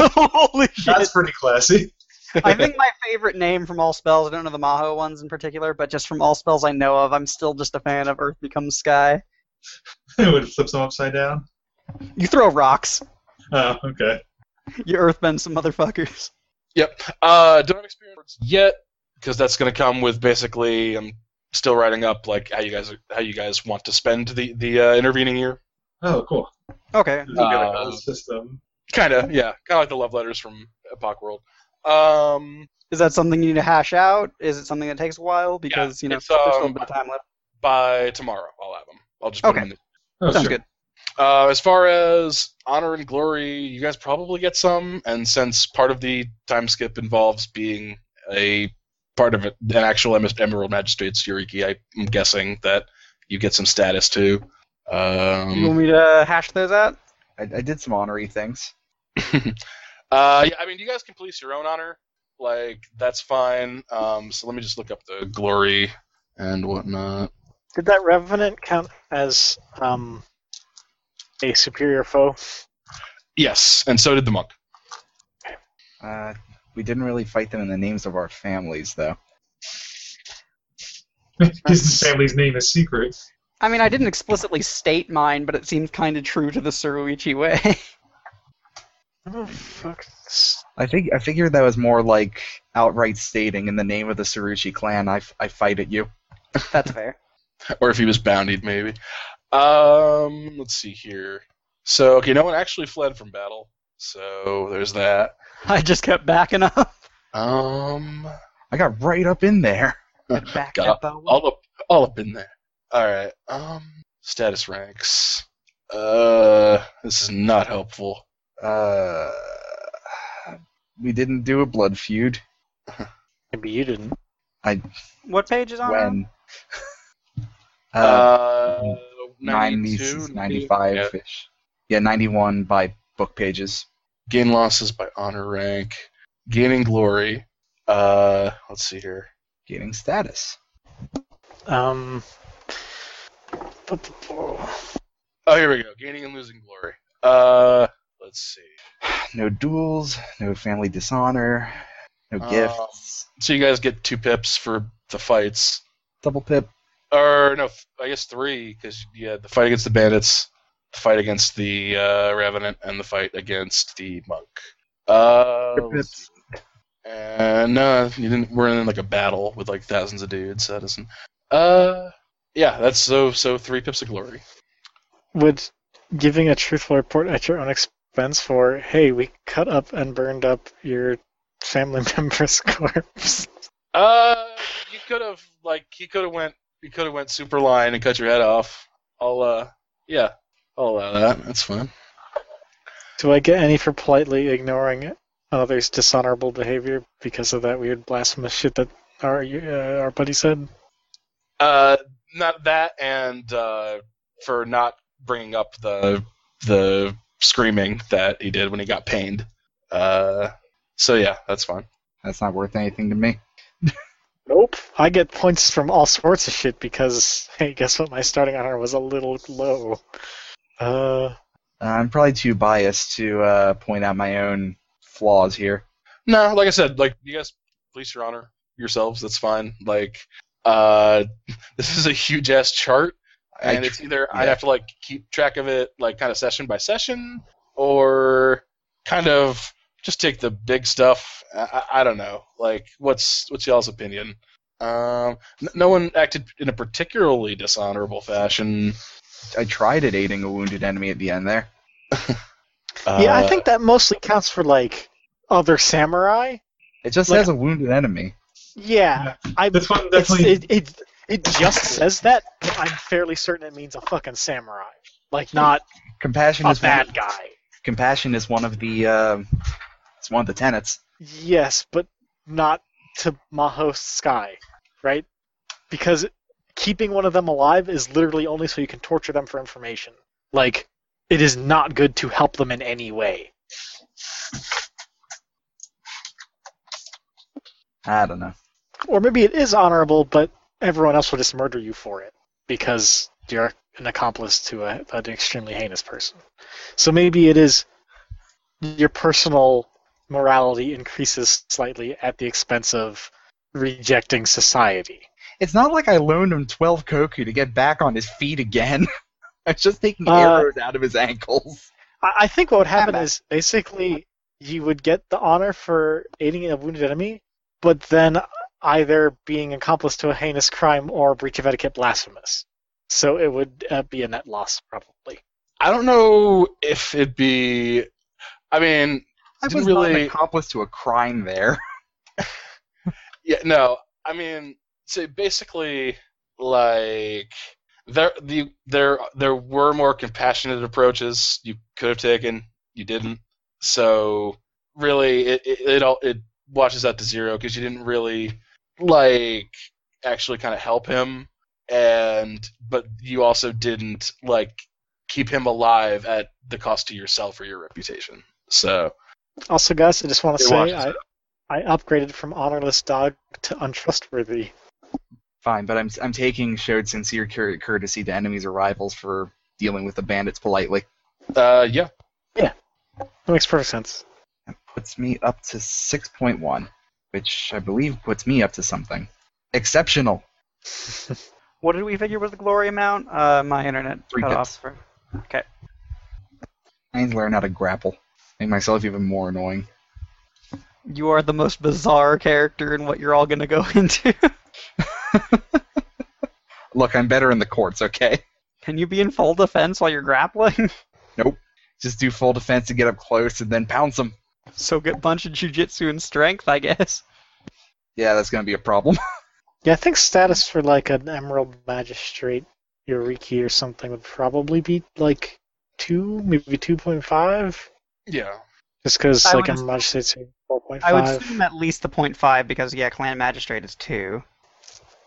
Holy shit! That's pretty classy. I think my favorite name from all spells, I don't know the Maho ones in particular, but just from all spells I know of, I'm still just a fan of Earth Becomes Sky. it would flip them upside down. You throw rocks, Oh, okay. you earthbend some motherfuckers. Uh, don't have experience words yet because that's going to come with basically I'm still writing up like how you guys how you guys want to spend the the uh, intervening year. Oh, cool. Okay. This will be like a Uh, whole system. Kind of, yeah, kind of like the love letters from Epoch World. Um, Is that something you need to hash out? Is it something that takes a while? Because, you know, it's, there's still a um, bit of time left. by tomorrow, I'll have them. I'll just put Okay. 'em in. Oh, Sounds sure. good. The, uh, as far as honor and glory, you guys probably get some, and since part of the time skip involves being a part of it, an actual Emer- Emerald Magistrate's Yuriki, I- I'm guessing that you get some status too. You want Um, me to hash those out? I, I did some honorary things. uh, yeah, I mean, you guys can police your own honor. Like that's fine. Um, so let me just look up the glory and whatnot. Did that revenant count as um, a superior foe? Yes, and so did the monk. Uh, we didn't really fight them in the names of our families, though. His family's name is secret. I mean, I didn't explicitly state mine, but it seems kind of true to the Suruichi way. Oh, fuck. this. I think I figured that was more like outright stating in the name of the Saruchi clan, I, f- I fight at you. That's fair. or if he was boundied, maybe. Um, let's see here. So okay, no one actually fled from battle. So there's that. I just kept backing up. Um, I got right up in there. Back Got up. uh, all up, all up in there. All right. Um, status ranks. Uh, this is not helpful. Uh, we didn't do a blood feud Maybe you didn't. What page is on? now? when. Uh, Uh, 92, 95 Yeah. ish. Yeah, 91 by book pages. Gain losses by honor rank. Gaining glory. Uh, let's see here. Gaining status. Um, but Oh, here we go. Gaining and losing glory. Uh, let's see. No duels, no family dishonor, no Oh. gifts. So you guys get two pips for the fights, Double pip. or no, f- I guess three because yeah, the fight against the bandits, the fight against the uh, revenant, and the fight against the monk. Uh, Your let's see. and no, you didn't. We're in like a battle with like thousands of dudes. That isn't. Uh, yeah, that's so so three pips of glory. would giving a truthful report at your own expense for hey we cut up and burned up your family member's corpse Uh, you could have like he could have went you could have went super line and cut your head off. I'll uh yeah, I'll allow that. That's fine. do i get any for politely ignoring others dishonorable behavior because of that weird blasphemous shit that our uh, our buddy said Uh, not that, and uh, for not bringing up the the screaming that he did when he got pained. Uh, so yeah, that's fine. That's not worth anything to me. nope i get points from all sorts of shit because hey guess what my starting honor was a little low uh Uh, I'm probably too biased to uh, point out my own flaws here. No, like I said, like you guys, police your honor yourselves. That's fine. Like, uh, this is a huge ass chart, I and tr- it's either yeah. I'd have to like keep track of it, like kind of session by session, or kind of just take the big stuff. I, I, I don't know. Like, what's what's y'all's opinion? Um, n- no one acted in a particularly dishonorable fashion. I tried at aiding a wounded enemy at the end there. yeah i Uh, think that mostly counts for like other samurai It just Like- has a wounded enemy. yeah i This one It's, definitely. it, it, it just says that, but I'm fairly certain it means a fucking samurai. Like, not Compassion a is one bad of, guy. compassion is one of the um it's one of the tenets. Yes, but not to Maho Sky, right? Because keeping one of them alive is literally only so you can torture them for information. Like, it is not good to help them in any way. I don't know. Or maybe it is honorable, but everyone else will just murder you for it because you're a an accomplice to a, an extremely heinous person. So maybe it is your personal morality increases slightly at the expense of rejecting society. It's not like I loaned him 12 Koku to get back on his feet again. I was just taking Uh, arrows out of his ankles. I, I think what would happen Combat. is basically you would get the honor for aiding a wounded enemy, but then either being accomplice to a heinous crime or breach of etiquette blasphemous. So it would uh, be a net loss, probably. I don't know if it'd be. I mean, I Didn't was really... not an really- accomplice to a crime there. yeah, no. I mean, so basically, like there, the there there were more compassionate approaches you could have taken. You didn't. So really, it it, it all it washes out to zero because you didn't really like actually kind of help him, and but you also didn't like keep him alive at the cost to yourself or your reputation. So. Also, guys, I just want to It say washes I, I upgraded from honorless dog to untrustworthy. Fine, but I'm I'm taking showed sincere cur- courtesy to enemies or rivals for dealing with the bandits politely. Uh, yeah. That makes perfect sense. That puts me up to 6.1, which I believe puts me up to something exceptional. What did we figure was the glory amount? Uh, my internet Three cut pips. off. For... I need to learn how to grapple. Make myself even more annoying. You are the most bizarre character in what you're all gonna go into. Look, I'm better in the courts, okay? Can you be in full defense while you're grappling? Just do full defense to get up close and then pounce them. so get a bunch of jujitsu and strength, I guess. Yeah, that's gonna be a problem. Yeah, I think status for like an Emerald Magistrate Yoriki or something would probably be like two, maybe two point five. Yeah. Just because I like would- Emerald Magistrate's four point I would five. assume at least the point five because yeah, clan magistrate is two,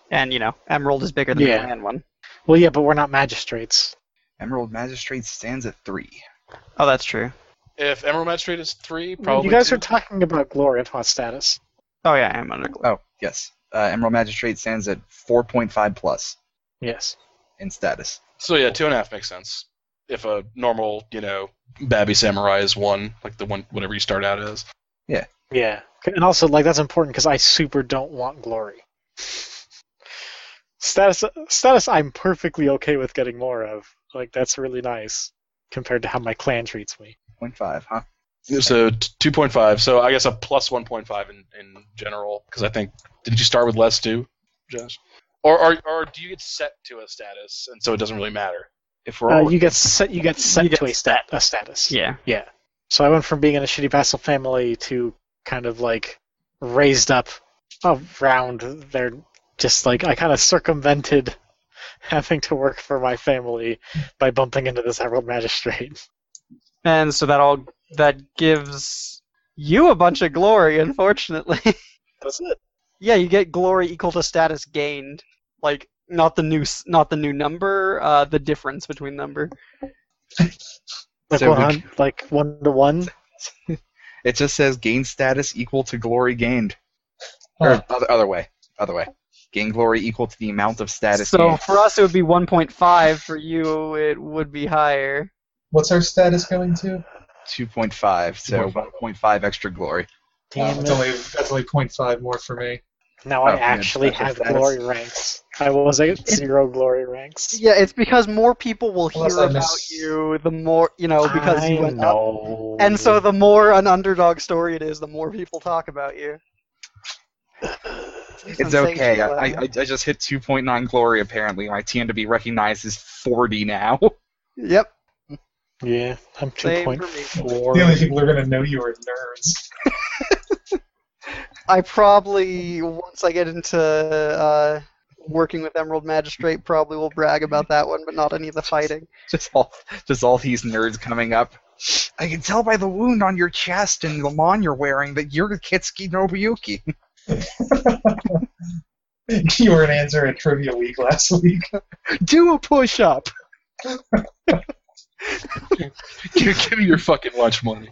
and you know emerald is bigger than Yeah. the clan one. Well, yeah, but we're not magistrates. Emerald Magistrate stands at three. Oh, that's true. If Emerald Magistrate is three, probably. you guys two. are talking about glory, not status. Oh yeah, I am under. Oh, yes. Uh, Emerald Magistrate stands at 4.5 plus Yes. in status. so yeah, two and a half makes sense. If a normal, you know, Babby Samurai is one, like the one whatever you start out as. Yeah. And also, like that's important because I super don't want glory. status, status, I'm perfectly okay with getting more of. Like that's really nice compared to how my clan treats me. 0.5, huh? So t- two point five. So I guess a plus one point five in in general, because I think did you start with less too, Josh? Or, or or do you get set to a status, and so it doesn't really matter? If we're Uh, all you get set. You get set You get to a stat, a status. Yeah. Yeah. So I went from being in a shitty vassal family to kind of like raised up around their just like I kind of circumvented having to work for my family by bumping into this Emerald Magistrate. And so that all that gives you a bunch of glory, unfortunately. That's it. yeah, you get glory equal to status gained, like not the new s- not the new number, uh, the difference between number. Like So we one, hun- like one to one. It just says gain status equal to glory gained. Or other, other way. Other way. Gain glory equal to the amount of status so gained. for us it would be 1.5. For you it would be higher. What's our status going to? 2.5, so 1.5 extra glory. Uh, Damn that's it. only that's only 0.5 more for me. Now Oh, I yeah, actually that's a have status. glory ranks. I was at zero glory ranks. Yeah, it's because more people will hear Unless I about miss- you the more you know Oh, because I you went up. know. And so the more an underdog story it is, the more people talk about you. It's okay. I, I, I just hit 2.9 glory apparently. My TN to be recognized is 40 now. Yep. yeah, I'm two Same for me. point four. The only people who are gonna know you are nerds. I probably once I get into uh, working with Emerald Magistrate, probably will brag about that one, but not any of the fighting. just all just all these nerds coming up. I can tell by the wound on your chest and the lawn you're wearing that you're Kitsuki Nobuyuki. you were an answer at Trivia Week last week. Do a push up. give, give me your fucking lunch money.